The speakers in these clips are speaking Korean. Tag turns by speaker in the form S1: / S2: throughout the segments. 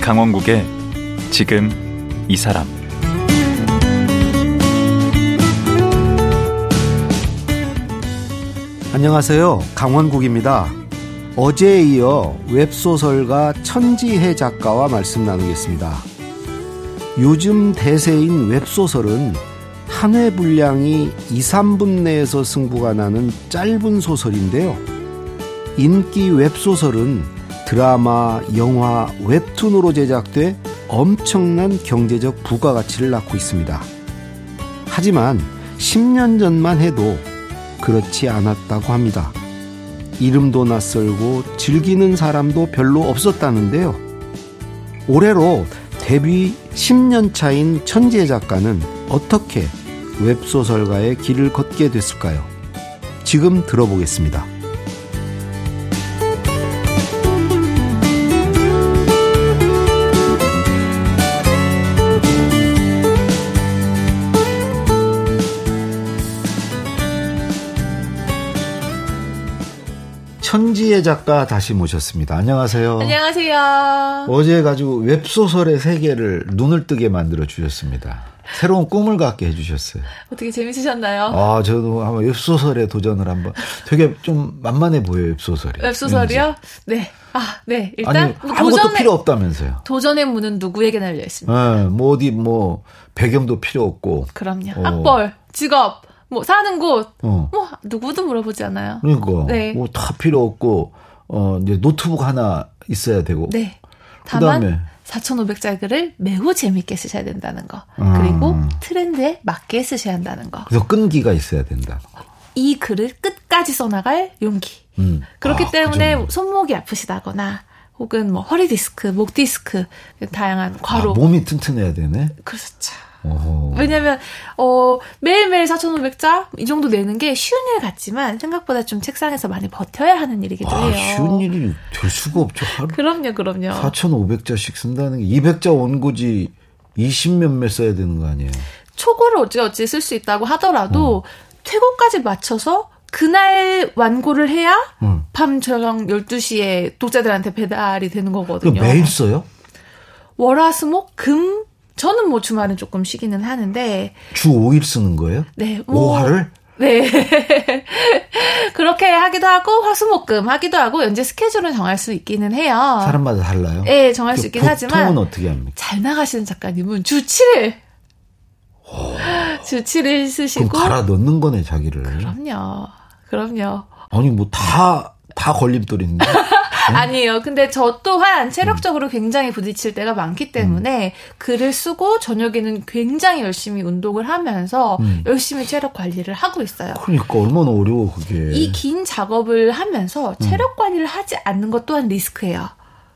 S1: 강원국의 지금 이 사람
S2: 안녕하세요. 강원국입니다. 어제에 이어 웹소설가 천지혜 작가와 말씀 나누겠습니다. 요즘 대세인 웹소설은 한 회 분량이 2, 3분 내에서 승부가 나는 짧은 소설인데요. 인기 웹소설은 드라마, 영화, 웹툰으로 제작돼 엄청난 경제적 부가가치를 낳고 있습니다. 하지만 10년 전만 해도 그렇지 않았다고 합니다. 이름도 낯설고 즐기는 사람도 별로 없었다는데요. 올해로 데뷔 10년 차인 천재 작가는 어떻게 웹소설가의 길을 걷게 됐을까요? 지금 들어보겠습니다. 천지의 작가 다시 모셨습니다. 안녕하세요.
S3: 안녕하세요.
S2: 어제 가지고 웹소설의 세계를 눈을 뜨게 만들어 주셨습니다. 새로운 꿈을 갖게 해주셨어요.
S3: 어떻게 재밌으셨나요?
S2: 아, 저도 한번 웹소설에 도전을 한번. 되게 좀 만만해 보여요, 웹소설이.
S3: 웹소설이요? 네. 아, 네. 일단
S2: 아니,
S3: 뭐
S2: 아무것도
S3: 도전의-
S2: 필요 없다면서요.
S3: 도전의 문은 누구에게나 열려 있습니다.
S2: 예, 뭐 어디 뭐 배경도 필요 없고.
S3: 그럼요.
S2: 어.
S3: 학벌, 직업, 뭐 사는 곳,
S2: 어.
S3: 뭐 누구도 물어보지 않아요.
S2: 그러니까
S3: 네.
S2: 뭐 다 필요 없고 어 이제 노트북 하나 있어야 되고.
S3: 네.
S2: 그다음에?
S3: 다만 4,500자글을 매우 재밌게 쓰셔야 된다는 거.
S2: 아.
S3: 그리고 트렌드에 맞게 쓰셔야 한다는 거.
S2: 그래서 끈기가 있어야 된다.
S3: 이 글을 끝까지 써나갈 용기.
S2: 음.
S3: 그렇기
S2: 아, 그
S3: 때문에
S2: 정도.
S3: 손목이 아프시다거나 혹은 뭐 허리 디스크, 목 디스크 다양한
S2: 아,
S3: 과로
S2: 몸이 튼튼해야 되네.
S3: 그렇죠.
S2: 어허.
S3: 왜냐면 어 매일매일 4,500자 이 정도 내는 게 쉬운 일 같지만 생각보다 좀 책상에서 많이 버텨야 하는 일이기도
S2: 아,
S3: 해요.
S2: 쉬운 일이 될 수가 없죠. 하루
S3: 그럼요, 그럼요.
S2: 4,500자씩 쓴다는 게 200자 원고지 20몇몇 써야 되는 거 아니에요.
S3: 초고를 어찌어찌 쓸 수 있다고
S2: 어.
S3: 하더라도 퇴고까지 맞춰서 그날 완고를 해야
S2: 음.
S3: 밤 저녁 12시에 독자들한테 배달이 되는
S2: 그럼
S3: 거거든요.
S2: 매일 써요?
S3: 월화수목 금 저는 뭐 주말은 조금 쉬기는 하는데
S2: 주 5일 쓰는 거예요?
S3: 네. 뭐-
S2: 5화를?
S3: 네. 그렇게 하기도 하고 화수목금 하기도 하고 연재 스케줄은 정할 수 있기는 해요.
S2: 사람마다 달라요?
S3: 아.
S2: 그
S3: 예, 정할 수 있긴
S2: 보통은
S3: 하지만
S2: 어떻게 합니까?
S3: 잘 나가시는 작가님은 주 7일 주 7일 쓰시고
S2: 그럼 갈아 넣는 거네, 자기를.
S3: 그럼요. 그럼요.
S2: 아니, 뭐 다, 다 걸림돌인데.
S3: 아니에요. 근데 저 또한 체력적으로 굉장히 부딪힐 때가 많기 때문에
S2: 음.
S3: 글을 쓰고 저녁에는 굉장히 열심히 운동을 하면서
S2: 음.
S3: 열심히 체력 관리를 하고 있어요.
S2: 그러니까 얼마나 어려워, 그게.
S3: 이 긴 작업을 하면서 체력 관리를 하지 않는 것 또한 리스크예요.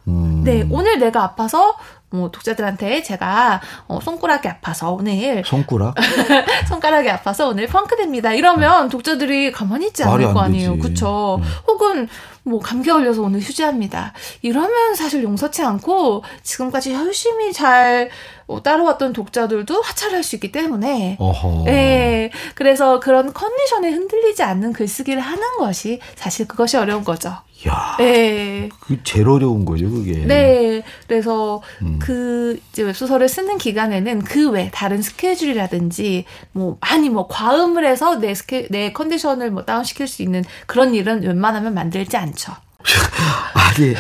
S2: 음.
S3: 네, 오늘 내가 아파서 뭐 독자들한테 제가 어, 손가락이 아파서 오늘
S2: 손가락?
S3: 네. 손가락이 아파서 오늘 펑크됩니다. 이러면 독자들이 가만히 있지
S2: 네. 말이
S3: 않을
S2: 안
S3: 거 아니에요.
S2: 되지. 음.
S3: 그쵸? 혹은 뭐 감기 걸려서 오늘 휴지합니다. 이러면 사실 용서치 않고 지금까지 열심히 잘 어, 따라왔던 독자들도 하차를 할 수 있기 때문에
S2: 어허.
S3: 네, 그래서 그런 컨디션에 흔들리지 않는 글쓰기를 하는 것이 사실 그것이 어려운 거죠.
S2: 야,
S3: 네.
S2: 그 제일 어려운 거죠, 아, 그게.
S3: 네. 그래서
S2: 음.
S3: 그 이제 웹소설을 쓰는 기간에는 그 외 다른 스케줄이라든지 뭐 많이 뭐 과음을 해서 내 스케 내 컨디션을 뭐 다운 시킬 수 있는 그런 일은 웬만하면 만들지 않죠.
S2: 네. 아니,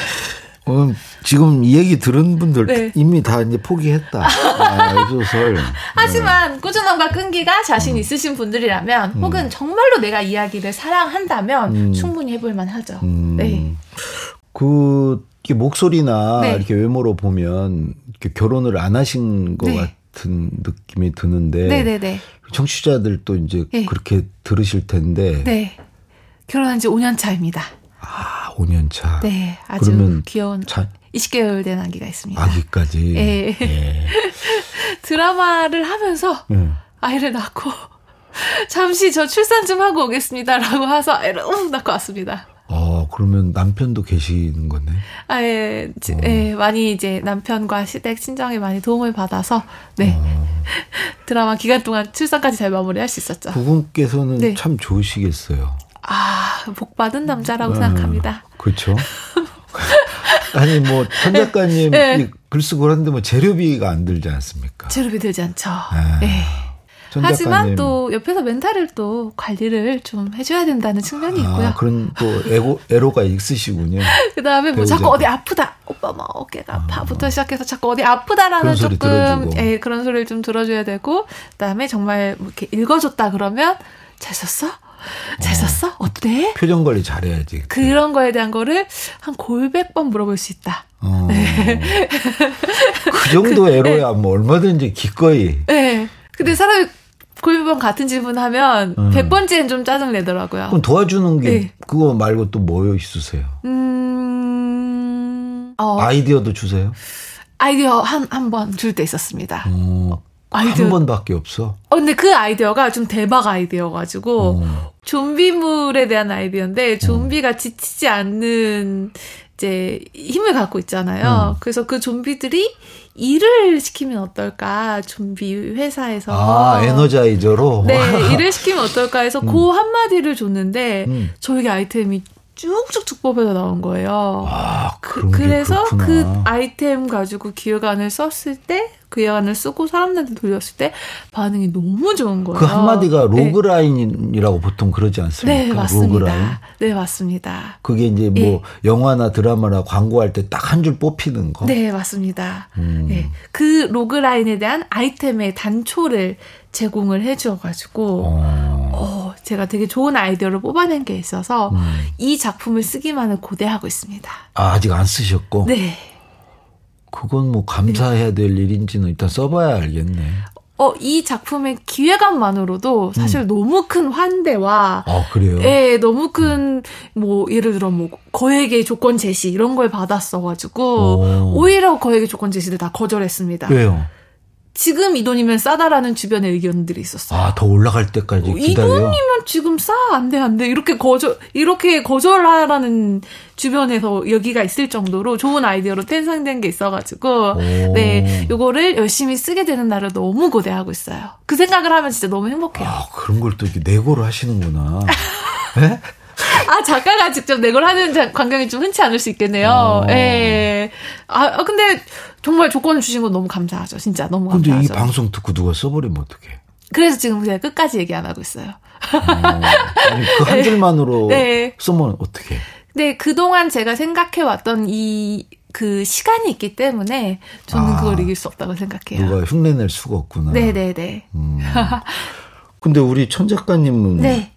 S2: 음, 지금 이 얘기 들은 분들
S3: 네.
S2: 이미 다 이제 포기했다. 아, 이 소설.
S3: 하지만
S2: 음.
S3: 꾸준함과 끈기가 자신 있으신 분들이라면 혹은 정말로 내가 이야기를 사랑한다면
S2: 음.
S3: 충분히 해볼 만하죠. 네.
S2: 그 이렇게 목소리나
S3: 네.
S2: 이렇게 외모로 보면 이렇게 결혼을 안 하신 것
S3: 네.
S2: 같은 느낌이 드는데
S3: 네, 네, 네.
S2: 청취자들도 이제
S3: 네.
S2: 그렇게 들으실 텐데
S3: 네. 결혼한 지 5년 차입니다.
S2: 아 5년 차
S3: 네. 아주
S2: 그러면
S3: 귀여운
S2: 자-
S3: 20개월 된 아기가 있습니다.
S2: 아기까지
S3: 예.
S2: 예.
S3: 드라마를 하면서
S2: 예.
S3: 아이를 낳고 잠시 저 출산 좀 하고 오겠습니다라고 해서 아이를 음 낳고 왔습니다.
S2: 어 그러면 남편도 계시는 거네.
S3: 아, 예, 지- 예, 많이 이제 남편과 시댁 친정에 많이 도움을 받아서, 네. 드라마 기간 동안 출산까지 잘 마무리할 수 있었죠.
S2: 부군께서는
S3: 아. 네.
S2: 참 좋으시겠어요.
S3: 아, 복 받은 남자라고 생각합니다.
S2: 그렇죠. 아니 뭐 현 작가님
S3: 네.
S2: 이글 쓰고 그러는데 뭐 재료비가 안 들지 않습니까?
S3: 재료비 되지 않죠.
S2: 아,
S3: 네.
S2: 전
S3: 하지만
S2: 작가님.
S3: 또 옆에서 멘탈을 또 관리를 좀 해줘야 된다는 측면이 있고요.
S2: 아, 그런 또 애고, 애로가 있으시군요.
S3: 그 다음에 뭐
S2: 배우자가.
S3: 자꾸 어디 아프다. 오빠 뭐 어깨가 아파부터 시작해서 자꾸 어디 아프다라는
S2: 그런 소리
S3: 조금
S2: 들어주고.
S3: 예, 그런 소리를 좀 들어줘야 되고 그다음에 정말 뭐 이렇게 읽어줬다 그러면 잘 썼어? 잘 썼어? 어때?
S2: 표정 관리 잘해야지.
S3: 그런 거에 대한 거를 한 골백 번 물어볼 수 있다.
S2: 어. 그 정도
S3: 네.
S2: 애로야 뭐 얼마든지 기꺼이.
S3: 예. 근데 사람이 골백 번 같은 질문 하면
S2: 어. 음.
S3: 백번째엔좀 짜증 내더라고요.
S2: 그럼 도와주는 게
S3: 네.
S2: 그거 말고 또 뭐요 있으세요?
S3: 음. 어,
S2: 아이디어도 주세요.
S3: 아이디어 한 한 번 줄 때 있었습니다.
S2: 어, 한
S3: 아이디어
S2: 번밖에 없어.
S3: 어, 근데 그 아이디어가 좀 대박 아이디어가지고,
S2: 어.
S3: 좀비물에 대한 아이디어인데, 좀비가 지치지 않는, 이제, 힘을 갖고 있잖아요.
S2: 음.
S3: 그래서 그 좀비들이 일을 시키면 어떨까, 좀비 회사에서.
S2: 아 에너자이저로.
S3: 네, 일을 시키면 어떨까 해서 그 한마디를 줬는데,
S2: 음.
S3: 저에게 아이템이 쭉쭉쭉 뽑혀서 나온 거예요.
S2: 아 그런
S3: 그,
S2: 게
S3: 그래서
S2: 그렇구나.
S3: 그 아이템 가지고 기획안을 썼을 때, 그 기획안을 쓰고 사람들한테 돌렸을 때 반응이 너무 좋은 거예요.
S2: 그 한마디가
S3: 네.
S2: 로그라인이라고 보통 그러지 않습니까?
S3: 네, 맞습니다.
S2: 로그라인.
S3: 네, 맞습니다.
S2: 그게 이제 뭐
S3: 예.
S2: 영화나 드라마나 광고할 때 딱 한 줄 뽑히는 거.
S3: 네, 맞습니다.
S2: 어? 음.
S3: 네, 그 로그라인에 대한 아이템의 단초를 제공을 해주어가지고,
S2: 어.
S3: 어, 제가 되게 좋은 아이디어를 뽑아낸 게 있어서
S2: 음.
S3: 이 작품을 쓰기만을 고대하고 있습니다.
S2: 아, 아직 안 쓰셨고.
S3: 네.
S2: 그건 뭐 감사해야 될 일인지는 일단 써봐야 알겠네.
S3: 어, 이 작품의 기획안만으로도 사실
S2: 음.
S3: 너무 큰 환대와
S2: 아 그래요.
S3: 예, 너무 큰, 뭐, 예를 들어, 뭐, 거액의 조건 제시, 이런 걸 받았어가지고,
S2: 오.
S3: 오히려 거액의 조건 제시를 다 거절했습니다.
S2: 왜요?
S3: 지금 이 돈이면 싸다라는 주변의 의견들이 있었어요.
S2: 아 더 올라갈 때까지
S3: 이
S2: 기다려.
S3: 어, 돈이면 지금 싸, 안 돼, 안 돼. 이렇게 거절, 이렇게 거절하라는 주변에서 여기가 있을 정도로 좋은 아이디어로 탄생된 게 있어가지고,
S2: 오.
S3: 네, 요거를 열심히 쓰게 되는 날을 너무 고대하고 있어요. 그 생각을 하면 진짜 너무 행복해요.
S2: 아 그런 걸 또 이렇게 내고를 하시는구나. 예?
S3: 아, 작가가 직접 내걸 하는 자- 광경이 좀 흔치 않을 수 있겠네요.
S2: 어.
S3: 예. 아, 아, 근데 정말 조건 주신 건 너무 감사하죠. 진짜 너무
S2: 근데 이
S3: 감사하죠.
S2: 방송 듣고 누가 써버리면 어떡해?
S3: 그래서 지금 제가 끝까지 얘기 안 하고 있어요.
S2: 음. 아니 그 한 줄만으로
S3: 네.
S2: 써면 어떡해?
S3: 근데 그동안 제가 생각해왔던 이, 그 시간이 있기 때문에 저는
S2: 아.
S3: 그걸 이길 수 없다고 생각해요.
S2: 누가 흉내낼 수가 없구나.
S3: 예. 네네네.
S2: 음. 근데 우리 천 작가님은
S3: 네.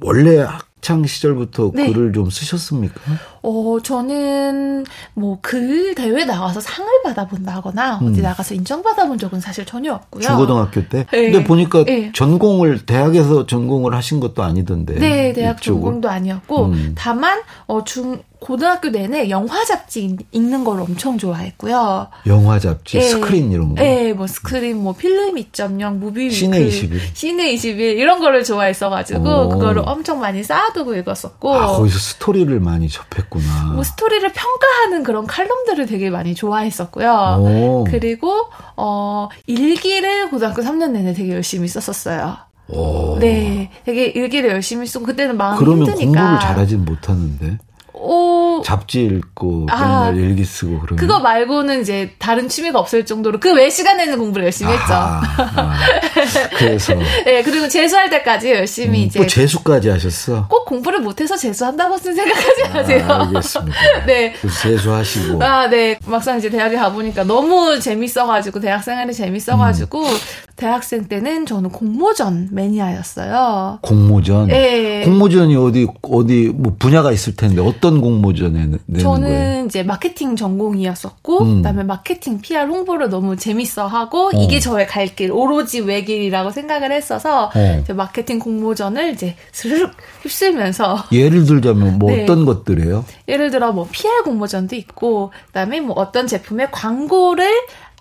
S2: 원래 학창 시절부터
S3: 네.
S2: 글을 좀 쓰셨습니까?
S3: 어, 저는 뭐 글 대회 나가서 상을 받아본다거나 어디
S2: 음.
S3: 나가서 인정받아본 적은 사실 전혀 없고요.
S2: 중고등학교 때.
S3: 네.
S2: 근데 보니까
S3: 네.
S2: 전공을 대학에서 전공을 하신 것도 아니던데.
S3: 네, 대학
S2: 이쪽을.
S3: 전공도 아니었고
S2: 음.
S3: 다만 어, 중 고등학교 내내 영화 잡지 읽는 걸 엄청 좋아했고요.
S2: 영화 잡지,
S3: 예.
S2: 스크린 이런 거.
S3: 예, 뭐 스크린, 뭐 필름 2.0, 무비
S2: 음.
S3: 그
S2: 시내 21.
S3: 시내 21 이런 거를 좋아했어가지고
S2: 오.
S3: 그거를 엄청 많이 쌓아두고 읽었었고.
S2: 아, 거기서 스토리를 많이 접했구나.
S3: 뭐 스토리를 평가하는 그런 칼럼들을 되게 많이 좋아했었고요.
S2: 오.
S3: 그리고 어 일기를 고등학교 3년 내내 되게 열심히 썼었어요.
S2: 오.
S3: 네, 되게 일기를 열심히 쓰고 그때는 마음이
S2: 그러면
S3: 힘드니까.
S2: 공부를 잘하진 못하는데.
S3: 오,
S2: 잡지 읽고
S3: 아.
S2: 맨날 일기 쓰고 그러면.
S3: 그거 말고는 이제 다른 취미가 없을 정도로 그 외 시간에는 공부를 열심히 했죠.
S2: 아하, 아. 그래서
S3: 네, 그리고 재수할 때까지 열심히
S2: 음,
S3: 이제
S2: 또 재수까지 하셨어.
S3: 꼭 공부를 못해서 재수한다고는 생각하지 마세요.
S2: 아, 알겠습니다. 어.
S3: 네.
S2: 그래서 재수하시고.
S3: 아, 네. 막상 이제 대학에 가보니까 너무 재밌어가지고, 대학 생활이 재밌어가지고,
S2: 음.
S3: 대학생 때는 저는 공모전 매니아였어요.
S2: 음. 공모전.
S3: 예.
S2: 공모전이 어디 어디 뭐 분야가 있을 텐데 어떤 공모전에 내- 내는
S3: 저는
S2: 거예요?
S3: 이제 마케팅 전공이었었고,
S2: 음.
S3: 그다음에 마케팅 PR 홍보를 너무 재밌어하고
S2: 어.
S3: 이게 저의 갈 길, 오로지 외길이라고 생각을 했어서
S2: 어.
S3: 이제 마케팅 공모전을 이제 스르륵 휩쓸면서
S2: 예를 들자면 뭐
S3: 네.
S2: 어떤 것들이에요?
S3: 예를 들어 뭐 PR 공모전도 있고 그다음에 뭐 어떤 제품의 광고를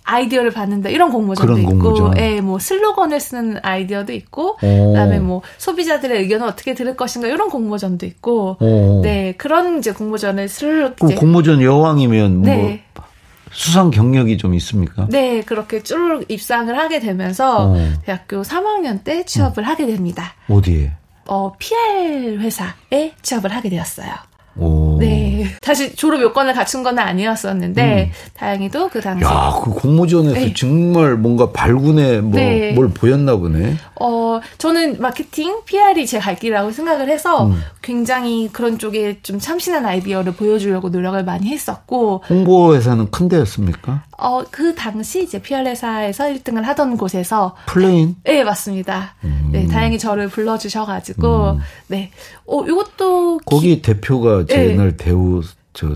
S3: 아이디어를 받는다 이런 공모전도
S2: 그런
S3: 있고,
S2: 공모전.
S3: 예, 뭐 슬로건을 쓰는 아이디어도 있고,
S2: 오.
S3: 그다음에 뭐 소비자들의 의견을 어떻게 들을 것인가 이런 공모전도 있고,
S2: 어.
S3: 네 그런 이제 공모전을 슬
S2: 그럼 공모전 여왕이면
S3: 네.
S2: 뭐 수상 경력이 좀 있습니까?
S3: 네, 그렇게 쭉 입상을 하게 되면서
S2: 어. 음.
S3: 대학교 3학년 때 취업을 하게 됩니다.
S2: 어디에?
S3: 어, PR 회사에 취업을 하게 되었어요.
S2: 오. 오.
S3: 네. 사실 졸업 요건을 갖춘 건 아니었었는데, 다행히도 그 당시.
S2: 음. 야, 그 공모전에서
S3: 네.
S2: 정말 뭔가 발군에 뭐,
S3: 네.
S2: 뭘 보였나 보네.
S3: 어, 저는 마케팅, PR이 제 갈 길이라고 생각을 해서
S2: 음.
S3: 굉장히 그런 쪽에 좀 참신한 아이디어를 보여주려고 노력을 많이 했었고,
S2: 홍보회사는 큰 데였습니까?
S3: 어, 그 당시 이제 PR 회사에서 1등을 하던 곳에서
S2: 플레인?
S3: 네, 맞습니다.
S2: 음.
S3: 네, 다행히 저를 불러주셔가지고, 네. 어, 이것도
S2: 거기 대표가 제
S3: 네.
S2: 옛날 대우 저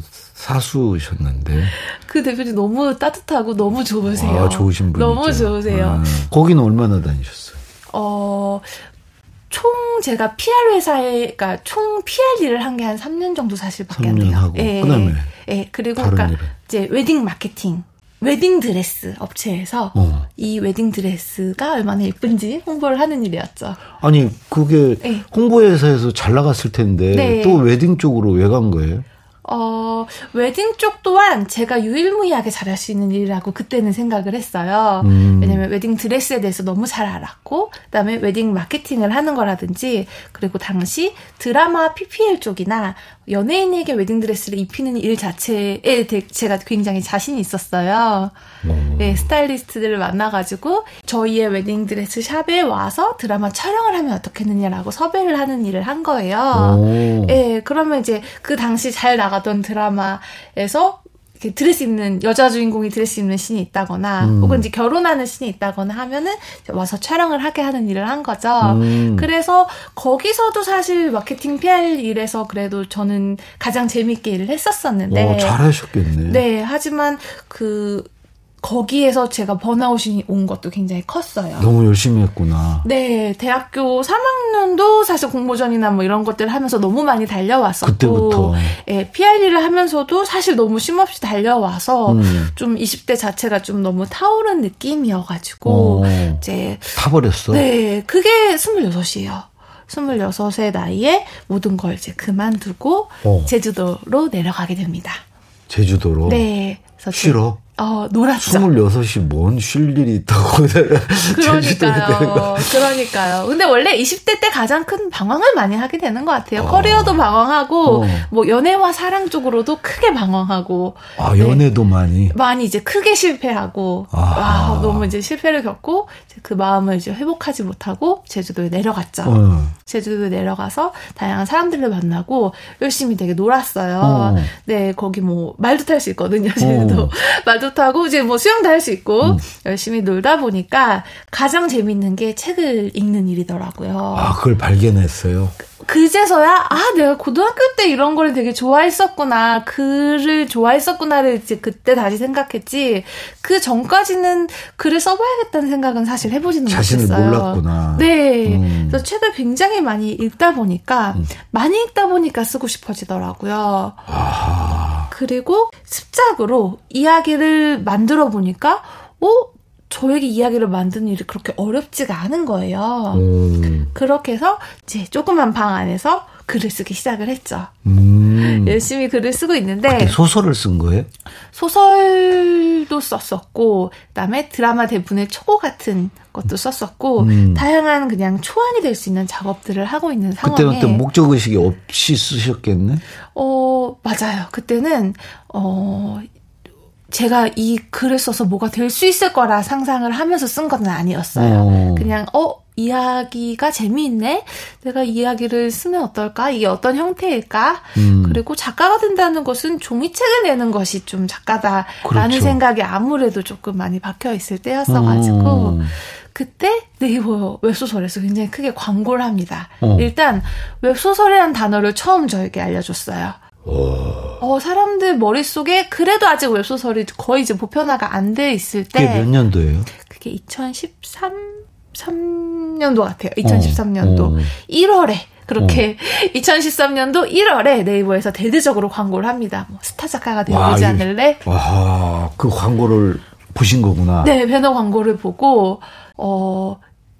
S2: 사수셨는데
S3: 그 대표님 너무 따뜻하고 너무 좋으세요.
S2: 와 아, 좋으신 분이죠.
S3: 너무 좋으세요.
S2: 아, 거기는 얼마나 다니셨어요?
S3: 어, 총 제가 PR 회사에, 그러니까 총 PR 일을 한 게 한 3년 정도 사실밖에 안
S2: 3년
S3: 돼요.
S2: 하고 그다음에
S3: 예, 그리고
S2: 다른
S3: 그러니까
S2: 일은?
S3: 이제 웨딩 마케팅, 웨딩 드레스 업체에서
S2: 어.
S3: 이 웨딩 드레스가 얼마나 예쁜지 홍보를 하는 일이었죠.
S2: 아니 그게
S3: 네.
S2: 홍보회사에서 잘 나갔을 텐데
S3: 네.
S2: 또 웨딩 쪽으로 왜 간 거예요?
S3: 어, 웨딩 쪽 또한 제가 유일무이하게 잘할 수 있는 일이라고 그때는 생각을 했어요.
S2: 음.
S3: 왜냐면 웨딩 드레스에 대해서 너무 잘 알았고, 그다음에 웨딩 마케팅을 하는 거라든지, 그리고 당시 드라마 PPL 쪽이나 연예인에게 웨딩 드레스를 입히는 일 자체에 대- 제가 굉장히 자신이 있었어요.
S2: 음.
S3: 네, 스타일리스트들을 만나가지고 저희의 웨딩 드레스 샵에 와서 드라마 촬영을 하면 어떻겠느냐라고 섭외를 하는 일을 한 거예요.
S2: 오.
S3: 예, 그러면 이제 그 당시 잘 나가던 드라마에서 이렇게 드레스 입는 여자 주인공이 드레스 입는 신이 있다거나
S2: 음.
S3: 혹은 이제 결혼하는 신이 있다거나 하면은 이제 와서 촬영을 하게 하는 일을 한 거죠.
S2: 음.
S3: 그래서 거기서도 사실 마케팅 PR 일에서 그래도 저는 가장 재밌게 일을 했었었는데
S2: 어, 잘하셨겠네.
S3: 네, 하지만 그 거기에서 제가 번아웃이 온 것도 굉장히 컸어요.
S2: 너무 열심히 했구나.
S3: 네, 대학교 3학년도 사실 공모전이나 뭐 이런 것들을 하면서 너무 많이 달려왔었고,
S2: 그때부터.
S3: 예, PR를 하면서도 사실 너무 쉼없이 달려와서
S2: 음.
S3: 좀 20대 자체가 좀 너무 타오른 느낌이어가지고,
S2: 어,
S3: 이제,
S2: 타버렸어.
S3: 네, 그게 26이에요. 26의 나이에 모든 걸 이제 그만두고,
S2: 어.
S3: 제주도로 내려가게 됩니다.
S2: 제주도로
S3: 네. 그래서 제-
S2: 쉬러.
S3: 어, 놀았죠.
S2: 26이 뭔 쉴 일이 있다고 제주도에 되는 거.
S3: 그러니까요. 그러니까요. 근데 원래 20대 때 가장 큰 방황을 많이 하게 되는 것 같아요.
S2: 어.
S3: 커리어도 방황하고,
S2: 어.
S3: 뭐, 연애와 사랑 쪽으로도 크게 방황하고,
S2: 아 연애도 많이.
S3: 많이 이제 크게 실패하고,
S2: 아하.
S3: 와, 너무 이제 실패를 겪고, 이제 그 마음을 이제 회복하지 못하고, 제주도에 내려갔죠.
S2: 어.
S3: 제주도에 내려가서 다양한 사람들을 만나고 열심히 되게 놀았어요.
S2: 어.
S3: 네, 거기 뭐 말도 탈 수 있거든요. 제주도 말도 타고 이제 뭐 수영도 할 수 있고
S2: 음.
S3: 열심히 놀다 보니까 가장 재밌는 게 책을 읽는 일이더라고요.
S2: 아 그걸 발견했어요.
S3: 그제서야 아 내가 고등학교 때 이런 거를 되게 좋아했었구나 글을 좋아했었구나를 이제 그때 다시 생각했지 그 전까지는 글을 써봐야겠다는 생각은 사실 해보지는
S2: 자신을
S3: 못했어요.
S2: 몰랐구나.
S3: 네.
S2: 음.
S3: 그래서 책을 굉장히 많이 읽다 보니까 많이 읽다 보니까 쓰고 싶어지더라고요.
S2: 아
S3: 그리고 습작으로 이야기를 만들어 보니까 어 저에게 이야기를 만드는 일이 그렇게 어렵지가 않은 거예요.
S2: 음.
S3: 그렇게 해서 이제 조그만 방 안에서 글을 쓰기 시작을 했죠.
S2: 음. 그렇죠.
S3: 열심히 글을 쓰고 있는데
S2: 소설을 쓴 거예요?
S3: 소설도 썼었고 그다음에 드라마 대본의 초고 같은 것도 썼었고
S2: 음.
S3: 다양한 그냥 초안이 될 수 있는 작업들을 하고 있는 상황에
S2: 그때는 또뭐 목적 의식이 없이 쓰셨겠네.
S3: 어 맞아요. 그때는 어 제가 이 글을 써서 뭐가 될 수 있을 거라 상상을 하면서 쓴 건 아니었어요.
S2: 어.
S3: 그냥 어 이야기가 재미있네. 내가 이야기를 쓰면 어떨까? 이게 어떤 형태일까?
S2: 음.
S3: 그리고 작가가 된다는 것은 종이책을 내는 것이 좀 작가다라는
S2: 그렇죠.
S3: 생각이 아무래도 조금 많이 박혀 있을 때였어가지고
S2: 음.
S3: 그때 네이버 웹소설에서 굉장히 크게 광고를 합니다.
S2: 어.
S3: 일단 웹소설이라는 단어를 처음 저에게 알려줬어요.
S2: 오.
S3: 어, 사람들 머릿속에 그래도 아직 웹소설이 거의 이제 보편화가 안 돼 있을 때
S2: 그게 몇 년도예요?
S3: 그게 2013 3년도 같아요.
S2: 어,
S3: 2013년도 1월에 그렇게 2013년도 1월에 네이버에서 대대적으로 광고를 합니다. 뭐 스타 작가가
S2: 와,
S3: 되어보지
S2: 이거-
S3: 않을래?
S2: 와, 그 광고를 보신 거구나.
S3: 네 배너 광고를 보고 어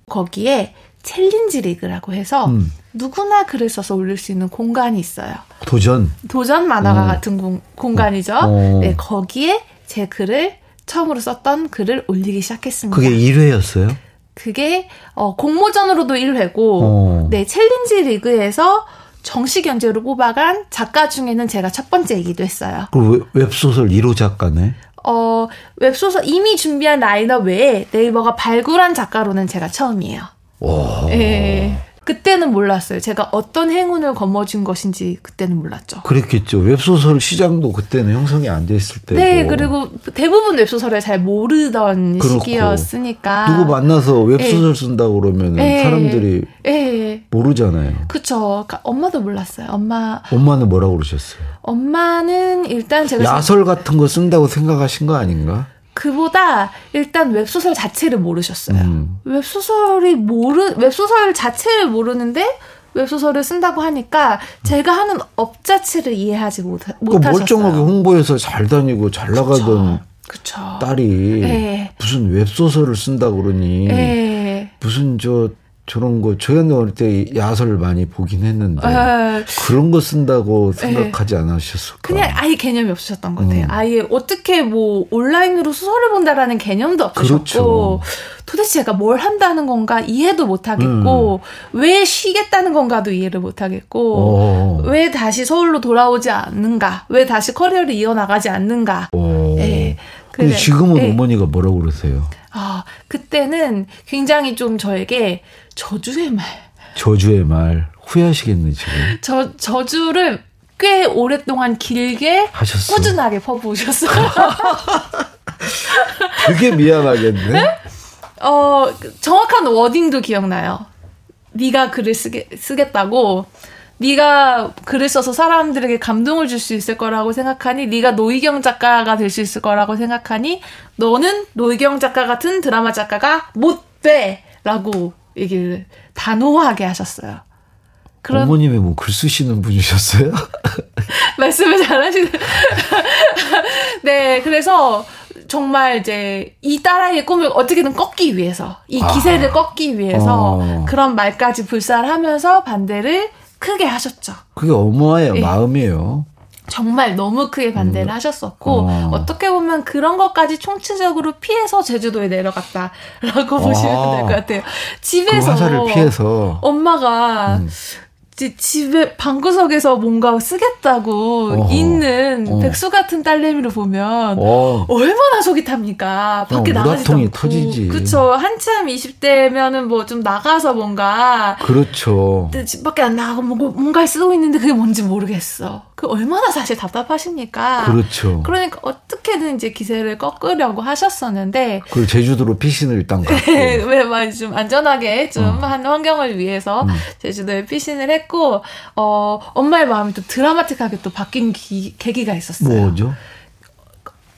S3: 거기에 챌린지 리그라고 해서
S2: 음.
S3: 누구나 글을 써서 올릴 수 있는 공간이 있어요.
S2: 도전.
S3: 도전 만화가
S2: 어.
S3: 같은 공, 공간이죠.
S2: 어.
S3: 네, 거기에 제 글을 처음으로 썼던 글을 올리기 시작했습니다.
S2: 그게
S3: 네.
S2: 1회였어요?
S3: 그게 어, 공모전으로도 1회고
S2: 어.
S3: 네 챌린지 리그에서 정식 연재로 뽑아간 작가 중에는 제가 첫 번째이기도 했어요.
S2: 그 웹소설 1호 작가네.
S3: 어, 웹소설 이미 준비한 라인업 외에 네이버가 발굴한 작가로는 제가 처음이에요.
S2: 어. 오.
S3: 예. 그때는 몰랐어요. 제가 어떤 행운을 거머쥔 것인지 그때는 몰랐죠.
S2: 그랬겠죠. 웹소설 시장도 그때는 형성이 안 돼 있을 때고.
S3: 네, 그리고 대부분 웹소설을 잘 모르던
S2: 그렇고.
S3: 시기였으니까.
S2: 누구 만나서 웹소설 쓴다고 그러면
S3: 아, 예.
S2: 은 사람들이
S3: 예, 예.
S2: 모르잖아요.
S3: 그쵸. 그러니까 엄마도 몰랐어요. 엄마,
S2: 엄마는 뭐라고 그러셨어요?
S3: 엄마는 일단 제가
S2: 야설 같은 거 쓴다고 생각하신 거 아닌가?
S3: 그보다 일단 웹소설 자체를 모르셨어요.
S2: 음.
S3: 웹소설이 모르 웹소설 자체를 모르는데 웹소설을 쓴다고 하니까 제가 하는 업 자체를 이해하지 못,
S2: 그
S3: 못하셨어요.
S2: 멀쩡하게 홍보해서 잘 다니고 잘 나가던
S3: 그쵸.
S2: 딸이
S3: 예.
S2: 무슨 웹소설을 쓴다 그러니
S3: 예.
S2: 무슨 저 저런 거 저희는 어릴 때 야설 많이 보긴 했는데 네.
S3: 예.
S2: 그런 거 쓴다고 생각하지 않으셨을까?
S3: 그냥 아예 개념이 없으셨던 것 같아요.
S2: 음.
S3: 아예 어떻게 뭐 온라인으로 소설을 본다라는 개념도 없으셨고
S2: 그렇죠.
S3: 도대체 제가 뭘 한다는 건가 이해도 못하겠고 왜 쉬겠다는 건가도 이해를 못하겠고
S2: 음. 어.
S3: 왜 다시 서울로 돌아오지 않는가? 왜 다시 커리어를 이어나가지 않는가?
S2: 어.
S3: 예.
S2: 근데
S3: 그래-
S2: 지금은
S3: 예.
S2: 어머니가 뭐라고 그러세요?
S3: 아, 그때는 굉장히 좀 저에게 저주의 말.
S2: 저주의 말 후회하시겠네 지금
S3: 저, 저주를 꽤 오랫동안 길게
S2: 하셨어.
S3: 꾸준하게 퍼부으셨어요.
S2: 되게 미안하겠네.
S3: 어, 정확한 워딩도 기억나요. 네가 글을 쓰게, 쓰겠다고 네가 글을 써서 사람들에게 감동을 줄 수 있을 거라고 생각하니 네가 노희경 작가가 될 수 있을 거라고 생각하니 너는 노희경 작가 같은 드라마 작가가 못 돼라고 얘기를 단호하게 하셨어요. 그런
S2: 어머님이 뭐 글 쓰시는 분이셨어요?
S3: 말씀을 잘하시는. 네, 그래서 정말 이제 이 딸아이의 꿈을 어떻게든 꺾기 위해서, 이 기세를 꺾기 위해서
S2: 아. 어.
S3: 그런 말까지 불살하면서 반대를 크게 하셨죠.
S2: 그게 어머의
S3: 예.
S2: 마음이에요. 그
S3: 정말 너무 크게 반대를 하셨었고
S2: 어.
S3: 어. 떻게 보면 그런 것까지 총체적으로 피해서 제주도에 내려갔다라고 보시면 될 것 같아요.
S2: 그
S3: 집에서 뭐
S2: 화살을 피해서
S3: 엄마가
S2: 음.
S3: 지- 집에 방구석에서 뭔가 쓰겠다고
S2: 어허.
S3: 있는
S2: 어.
S3: 백수 같은 딸내미를 보면
S2: 어,
S3: 얼마나 속이 탑니까? 밖에
S2: 어,
S3: 나가지도
S2: 우라통이
S3: 않고.
S2: 터지지.
S3: 그쵸. 한참 20대면은 뭐 좀 나가서 뭔가
S2: 그렇죠.
S3: 근데 집 밖에 안 나가고 뭔가- 뭔가를 쓰고 있는데 그게 뭔지 모르겠어. 그 얼마나 사실 답답하십니까?
S2: 그렇죠.
S3: 러니까 어떻게든 이제 기세를 꺾으려고 하셨었는데
S2: 그리고 제주도로 피신을
S3: 네,
S2: 일단 갔고
S3: 왜막좀 안전하게 좀
S2: 음.
S3: 한 환경을 위해서 제주도에 피신을 했고 어 엄마의 마음이 또 드라마틱하게 또 바뀐 기- 계기가 있었어요.
S2: 뭐죠?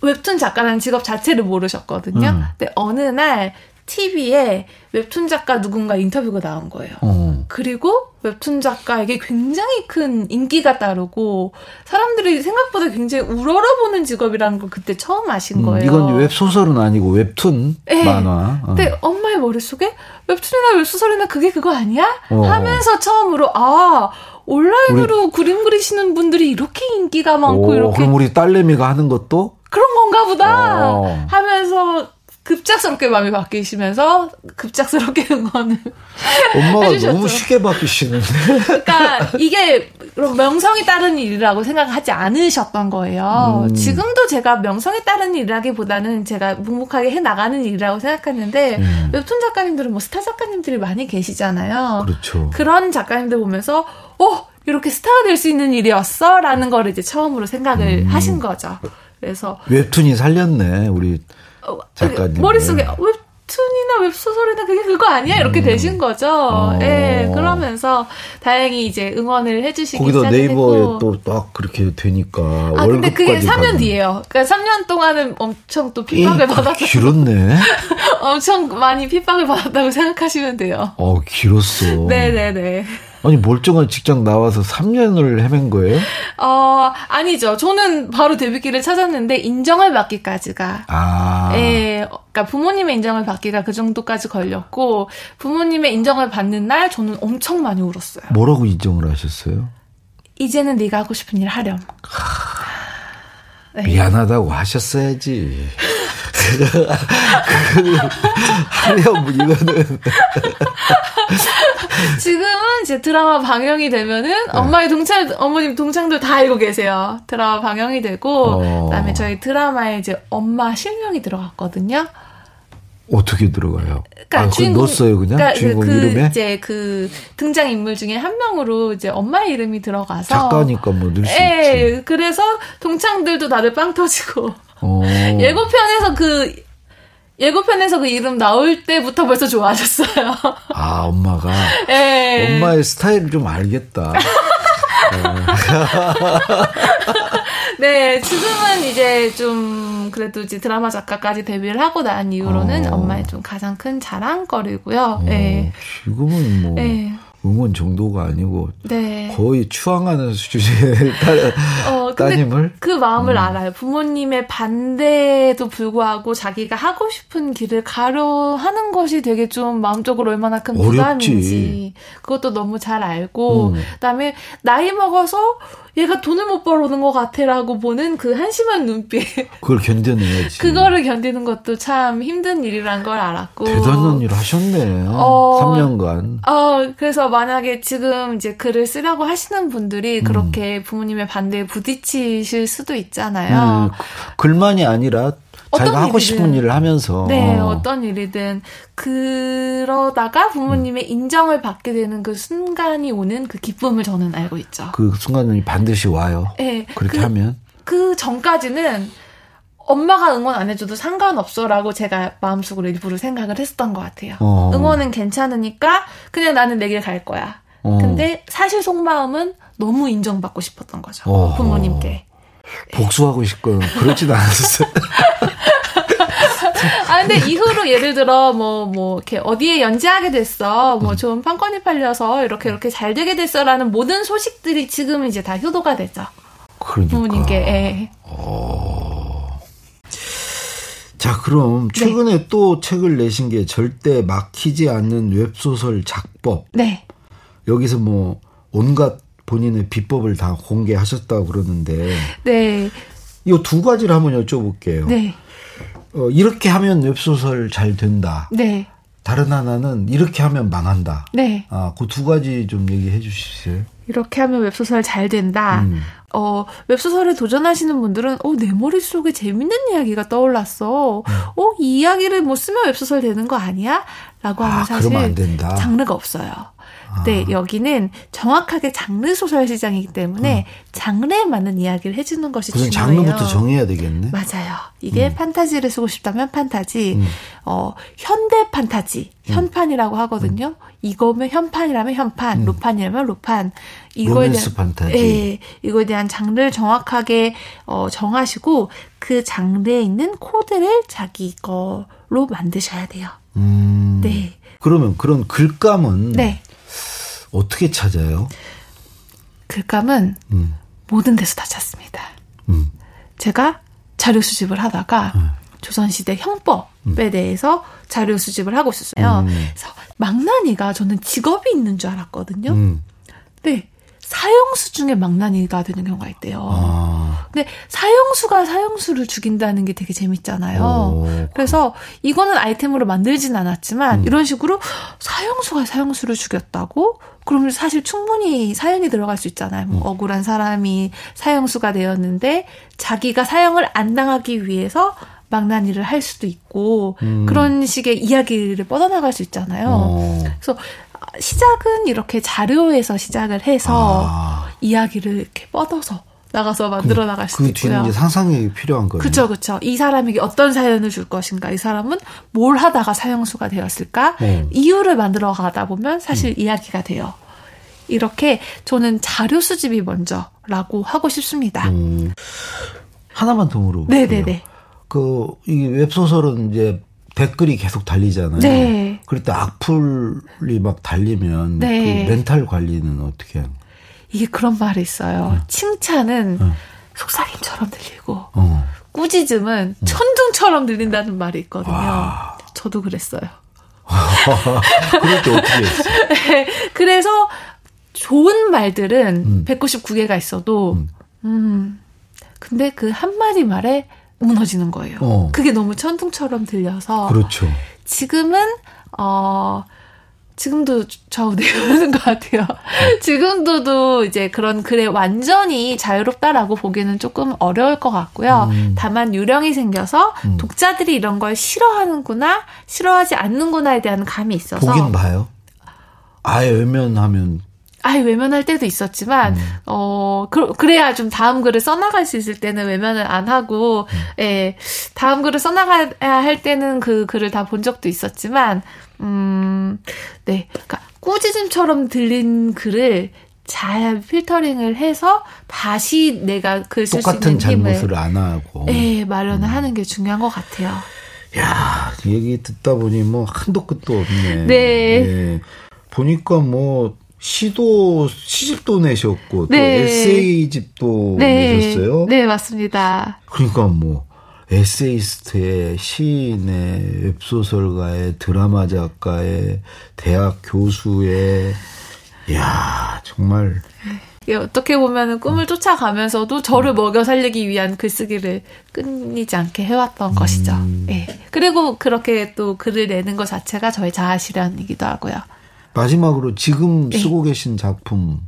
S3: 웹툰 작가라는 직업 자체를 모르셨거든요.
S2: 음.
S3: 근데 어느 날 TV에 웹툰 작가 누군가 인터뷰가 나온 거예요.
S2: 어.
S3: 그리고 웹툰 작가에게 굉장히 큰 인기가 따르고 사람들이 생각보다 굉장히 우러러보는 직업이라는 걸 그때 처음 아신
S2: 음,
S3: 거예요.
S2: 이건 웹 소설은 아니고 웹툰
S3: 예.
S2: 만화. 어.
S3: 근데 엄마의 머릿속에 웹툰이나 웹소설이나 그게 그거 아니야?
S2: 어.
S3: 하면서 처음으로 아 온라인으로 그림 그리시는 분들이 이렇게 인기가 많고
S2: 오,
S3: 이렇게
S2: 그럼 우리 딸내미가 하는 것도
S3: 그런 건가 보다
S2: 어.
S3: 하면서 급작스럽게 마음이 바뀌시면서 급작스럽게 응원을
S2: 엄마가
S3: 해주셨죠.
S2: 너무 쉽게 바뀌시는데.
S3: 그러니까 이게 그런 명성이 따른 일이라고 생각하지 않으셨던 거예요.
S2: 음.
S3: 지금도 제가 명성에 따른 일이라기보다는 제가 묵묵하게 해 나가는 일이라고 생각하는데
S2: 음.
S3: 웹툰 작가님들은 뭐 스타 작가님들이 많이 계시잖아요.
S2: 그렇죠.
S3: 런 작가님들 보면서 어 이렇게 스타가 될 수 있는 일이었어라는 걸 이제 처음으로 생각을 하신 거죠. 그래서
S2: 웹툰이 살렸네 우리
S3: 어,
S2: 작가님. 네.
S3: 머릿속에 어, 웹툰이나 웹소설이나 그게 그거 아니야? 이렇게 되신 거죠.
S2: 음. 어.
S3: 예, 그러면서 다행히 이제 응원을 해주시기
S2: 거기다 네이버에
S3: 시작했고.
S2: 또 딱 그렇게 되니까
S3: 아, 근데 그게
S2: 월급까지
S3: 3년
S2: 받는.
S3: 뒤예요. 그러니까 3년 동안은 엄청 또 핍박을
S2: 그러니까
S3: 받았다.
S2: 길었네. 아,
S3: 엄청 많이 핍박을 받았다고 생각하시면 돼요.
S2: 어 길었어.
S3: 네네네.
S2: 아니 멀쩡한 직장 나와서 3년을 헤맨 거예요?
S3: 어, 아니죠. 저는 바로 데뷔길을 찾았는데 인정을 받기까지가
S2: 아.
S3: 예, 어, 그러니까 부모님의 인정을 받기가 그 정도까지 걸렸고 부모님의 인정을 받는 날 저는 엄청 많이 울었어요.
S2: 뭐라고 인정을 하셨어요?
S3: 이제는 네가 하고 싶은 일 하렴. 네.
S2: 미안하다고 하셨어야지. 그거는 하려 이거는
S3: 지금은 이제 드라마 방영이 되면은
S2: 네.
S3: 엄마의 동창, 어머님 동창들 다 알고 계세요. 드라마 방영이 되고,
S2: 어.
S3: 그다음에 저희 드라마에 이제 엄마 실명이 들어갔거든요.
S2: 어떻게 들어가요? 아, 그걸 넣었어요 그냥
S3: 그러니까 그-
S2: 주인공
S3: 그
S2: 이름에
S3: 이제 그 등장 인물 중에 한 명으로 이제 엄마의 이름이 들어가서
S2: 작가니까 뭐 넣을 수 있지.
S3: 예, 그래서 동창들도 다들 빵 터지고
S2: 어.
S3: 예고편에서 그 예고편에서 그 이름 나올 때부터 벌써 좋아하셨어요.
S2: 아 엄마가
S3: 예.
S2: 엄마의 스타일을 좀 알겠다.
S3: 네, 지금은 이제 좀 그래도 이제 드라마 작가까지 데뷔를 하고 난 이후로는
S2: 어.
S3: 엄마의 좀 가장 큰 자랑거리고요.
S2: 어,
S3: 네.
S2: 지금은 뭐
S3: 네.
S2: 응원 정도가 아니고
S3: 네.
S2: 거의 추앙하는 수준의 딸,
S3: 어, 근데
S2: 따님을
S3: 그 마음을 알아요. 부모님의 반대에도 불구하고 자기가 하고 싶은 길을 가려하는 것이 되게 좀 마음적으로 얼마나 큰
S2: 어렵지.
S3: 부담인지 그것도 너무 잘 알고
S2: 음.
S3: 그다음에 나이 먹어서 얘가 돈을 못 벌어오는 것 같아라고 보는 그 한심한 눈빛
S2: 그걸 견뎌내야지.
S3: 그거를 견디는 것도 참 힘든 일이란 걸 알았고
S2: 대단한 일을 하셨네.
S3: 어.
S2: 3년간.
S3: 어, 그래서 만약에 지금 이제 글을 쓰려고 하시는 분들이
S2: 음.
S3: 그렇게 부모님의 반대에 부딪히실 수도
S2: 음,
S3: 있잖아요.
S2: 글만이 아니라
S3: 어떤
S2: 자기가 하고
S3: 일이든.
S2: 싶은 일을 하면서
S3: 네,
S2: 어.
S3: 어떤 일이든 그러다가
S2: 음.
S3: 부모님의 인정을 받게 되는 그 순간이 오는 그 기쁨을 저는 알고 있죠.
S2: 그 순간이 반드시 와요.
S3: 예,
S2: 그렇게
S3: 그,
S2: 하면
S3: 그 전까지는 엄마가 응원 안 해줘도 상관없어라고 제가 마음속으로 일부러 생각을 했었던 것 같아요.
S2: 어.
S3: 응원은 괜찮으니까 그냥 나는 내 길 갈 거야.
S2: 어.
S3: 근데 사실 속마음은 너무 인정받고 싶었던 거죠.
S2: 어.
S3: 부모님께. 그
S2: 복수하고 싶고 그렇진 않았어요.
S3: 아 근데 이후로 예를 들어 뭐 뭐 이렇게 어디에 연재하게 됐어
S2: 음.
S3: 뭐 좋은 판권이 팔려서 이렇게 이렇게 잘 되게 됐어라는 모든 소식들이 지금 이제 다 효도가 되죠
S2: 그러니까.
S3: 부모님께 예.
S2: 자, 그럼
S3: 네.
S2: 최근에 또 책을 내신 게 절대 막히지 않는 웹소설 작법.
S3: 네
S2: 여기서 뭐 온갖 본인의 비법을 다 공개하셨다고 그러는데
S3: 네,
S2: 이 두 가지를 한번 여쭤볼게요.
S3: 네,
S2: 어, 이렇게 하면 웹소설 잘 된다.
S3: 네,
S2: 다른 하나는 이렇게 하면 망한다.
S3: 네.
S2: 아, 그 두 가지 좀 얘기해 주시겠어요?
S3: 이렇게 하면 웹소설 잘 된다.
S2: 음.
S3: 어, 웹소설에 도전하시는 분들은, 어, 내 머릿속에 재밌는 이야기가 떠올랐어.
S2: 음.
S3: 어, 이 이야기를 뭐 쓰면 웹소설 되는 거 아니야? 라고 하면
S2: 아,
S3: 어, 사실.
S2: 그러면 안 된다.
S3: 장르가 없어요. 네, 여기는 정확하게 장르 소설 시장이기 때문에 장르에 맞는 이야기를 해주는 것이
S2: 우선
S3: 중요해요.
S2: 음. 장르부터 정해야 음. 되겠네.
S3: 맞아요. 이게 판타지를 쓰고 싶다면 판타지,
S2: 음.
S3: 어, 현대 판타지, 현판이라고
S2: 음.
S3: 하거든요. 이거면 현판이라면 현판, 로판이라면 로판.
S2: 로맨스 판타지.
S3: 예, 이거에 대한 장르를 정확하게 어, 정하시고 그 장르에 있는 코드를 자기 거로 만드셔야 돼요.
S2: 음.
S3: 네.
S2: 그러면 그런 글감은
S3: 네.
S2: 어떻게 찾아요?
S3: 글감은
S2: 음.
S3: 모든 데서 다 찾습니다.
S2: 음.
S3: 제가 자료 수집을 하다가
S2: 네.
S3: 조선시대 형법에
S2: 음.
S3: 대해서 자료 수집을 하고 있었어요. 그래서 망나니가 저는 직업이 있는 줄 알았거든요.
S2: 음.
S3: 근데 사형수 중에 망나니가 되는 경우가 있대요.
S2: 아.
S3: 근데 사형수가 사형수를 죽인다는 게 되게 재밌잖아요.
S2: 오,
S3: 그래서 이거는 아이템으로 만들진 않았지만
S2: 음.
S3: 이런 식으로 사형수가 사형수를 죽였다고? 그러면 사실 충분히 사연이 들어갈 수 있잖아요.
S2: 음.
S3: 뭐 억울한 사람이 사형수가 되었는데 자기가 사형을 안 당하기 위해서 망나니를 할 수도 있고 그런 식의 이야기를 뻗어나갈 수 있잖아요.
S2: 음. 어.
S3: 그래서 시작은 이렇게 자료에서 시작을 해서
S2: 아.
S3: 이야기를 이렇게 뻗어서 나가서 만들어 나갈 어, 수도
S2: 그 뒤는
S3: 있고요.
S2: 이제 상상력이 필요한 거예요.
S3: 그쵸, 그쵸. 이 사람에게 어떤 사연을 줄 것인가? 이 사람은 뭘 하다가 사형수가 되었을까?
S2: 음.
S3: 이유를 만들어 가다 보면 사실 이야기가 돼요. 이렇게 저는 자료 수집이 먼저라고 하고 싶습니다.
S2: 음. 하나만 더 물어볼게요.
S3: 네네네.
S2: 그, 이 웹소설은 이제 댓글이 계속 달리잖아요.
S3: 네.
S2: 그럴 때 악플이 막 달리면
S3: 네.
S2: 그 멘탈 관리는 어떻게 하는 거예요?
S3: 이게 그런 말이
S2: 음.
S3: 있어요. 칭찬은 속삭임처럼 들리고,
S2: 어.
S3: 꾸짖음은 천둥처럼 들린다는 말이 있거든요.
S2: 와.
S3: 저도 그랬어요.
S2: 그럴 때 어떻게 했어요?
S3: 네. 그래서 좋은 말들은
S2: 음.
S3: 199개가 있어도 음. 근데 그 한마디 말에 무너지는 거예요.
S2: 어.
S3: 어. 그게 너무 천둥처럼 들려서
S2: 그렇죠.
S3: 지금은 어 지금도 좌우되는 것 같아요.
S2: 음.
S3: 지금도도 이제 그런 글에 완전히 자유롭다라고 보기는 조금 어려울 것 같고요.
S2: 음.
S3: 다만 유령이 생겨서
S2: 음.
S3: 독자들이 이런 걸 싫어하는구나, 싫어하지 않는구나에 대한 감이 있어서
S2: 보긴 봐요. 아예 외면하면
S3: 아예 외면할
S2: 음.
S3: 때도 있었지만 어 그, 래야좀 다음 글을 써나갈 수 있을 때는 외면을 안 하고
S2: 음.
S3: 예 다음 글을 써나가야 할 때는 그 글을 다 본 적도 있었지만 음, 음네 그러니까 꾸짖음처럼 들린 글을 잘 필터링을 해서 다시 내가 글 쓸 수 있는
S2: 똑같은
S3: 힘을
S2: 잘못을 음. 안 하고.
S3: 예 마련을 하는 게 중요한 것 같아요.
S2: 야 얘기 듣다 보니 뭐 한도 끝도 없네.
S3: 네.
S2: 예. 보니까 뭐 시도 시집도 내셨고 또
S3: 네.
S2: 에세이집도 내셨어요.
S3: 네 맞습니다.
S2: 그러니까 뭐 에세이스트의 시인의 웹소설가의 드라마 작가의 대학 교수의 야 정말
S3: 이게 예, 어떻게 보면 꿈을 쫓아가면서도
S2: 음.
S3: 저를 먹여 살리기 위한 글쓰기를 끊이지 않게 해왔던 것이죠.
S2: 음.
S3: 예. 그리고 그렇게 또 글을 내는 것 자체가 저의 자아실현이기도 하고요.
S2: 마지막으로 지금
S3: 네.
S2: 쓰고 계신 작품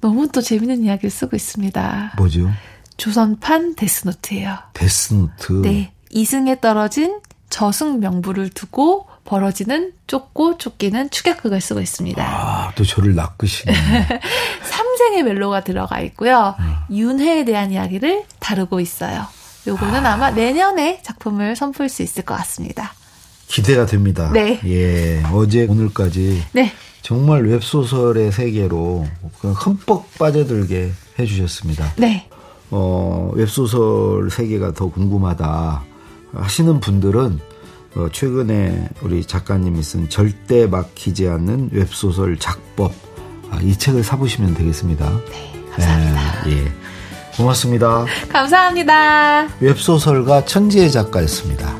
S3: 너무 또 재밌는 이야기를 쓰고 있습니다.
S2: 뭐죠?
S3: 조선판 데스노트예요.
S2: 데스노트.
S3: 네. 이승에 떨어진 저승 명부를 두고 벌어지는 쫓고 쫓기는 축약극을 쓰고 있습니다.
S2: 아또 저를 낚으시네.
S3: 삼생의 멜로가 들어가 있고요. 윤회에 대한 이야기를 다루고 있어요. 요거는 아마 내년에 작품을 선보일 수 있을 것 같습니다.
S2: 기대가 됩니다.
S3: 네.
S2: 예 어제 오늘까지
S3: 네.
S2: 정말 웹소설의 세계로 그냥 흠뻑 빠져들게 해주셨습니다.
S3: 네.
S2: 어, 웹소설 세계가 더 궁금하다 하시는 분들은 어, 최근에 우리 작가님이 쓴 절대 막히지 않는 웹소설 작법 아, 이 책을 사보시면 되겠습니다.
S3: 네. 감사합니다.
S2: 예, 예. 고맙습니다.
S3: 감사합니다.
S2: 웹소설가 천지혜 작가였습니다.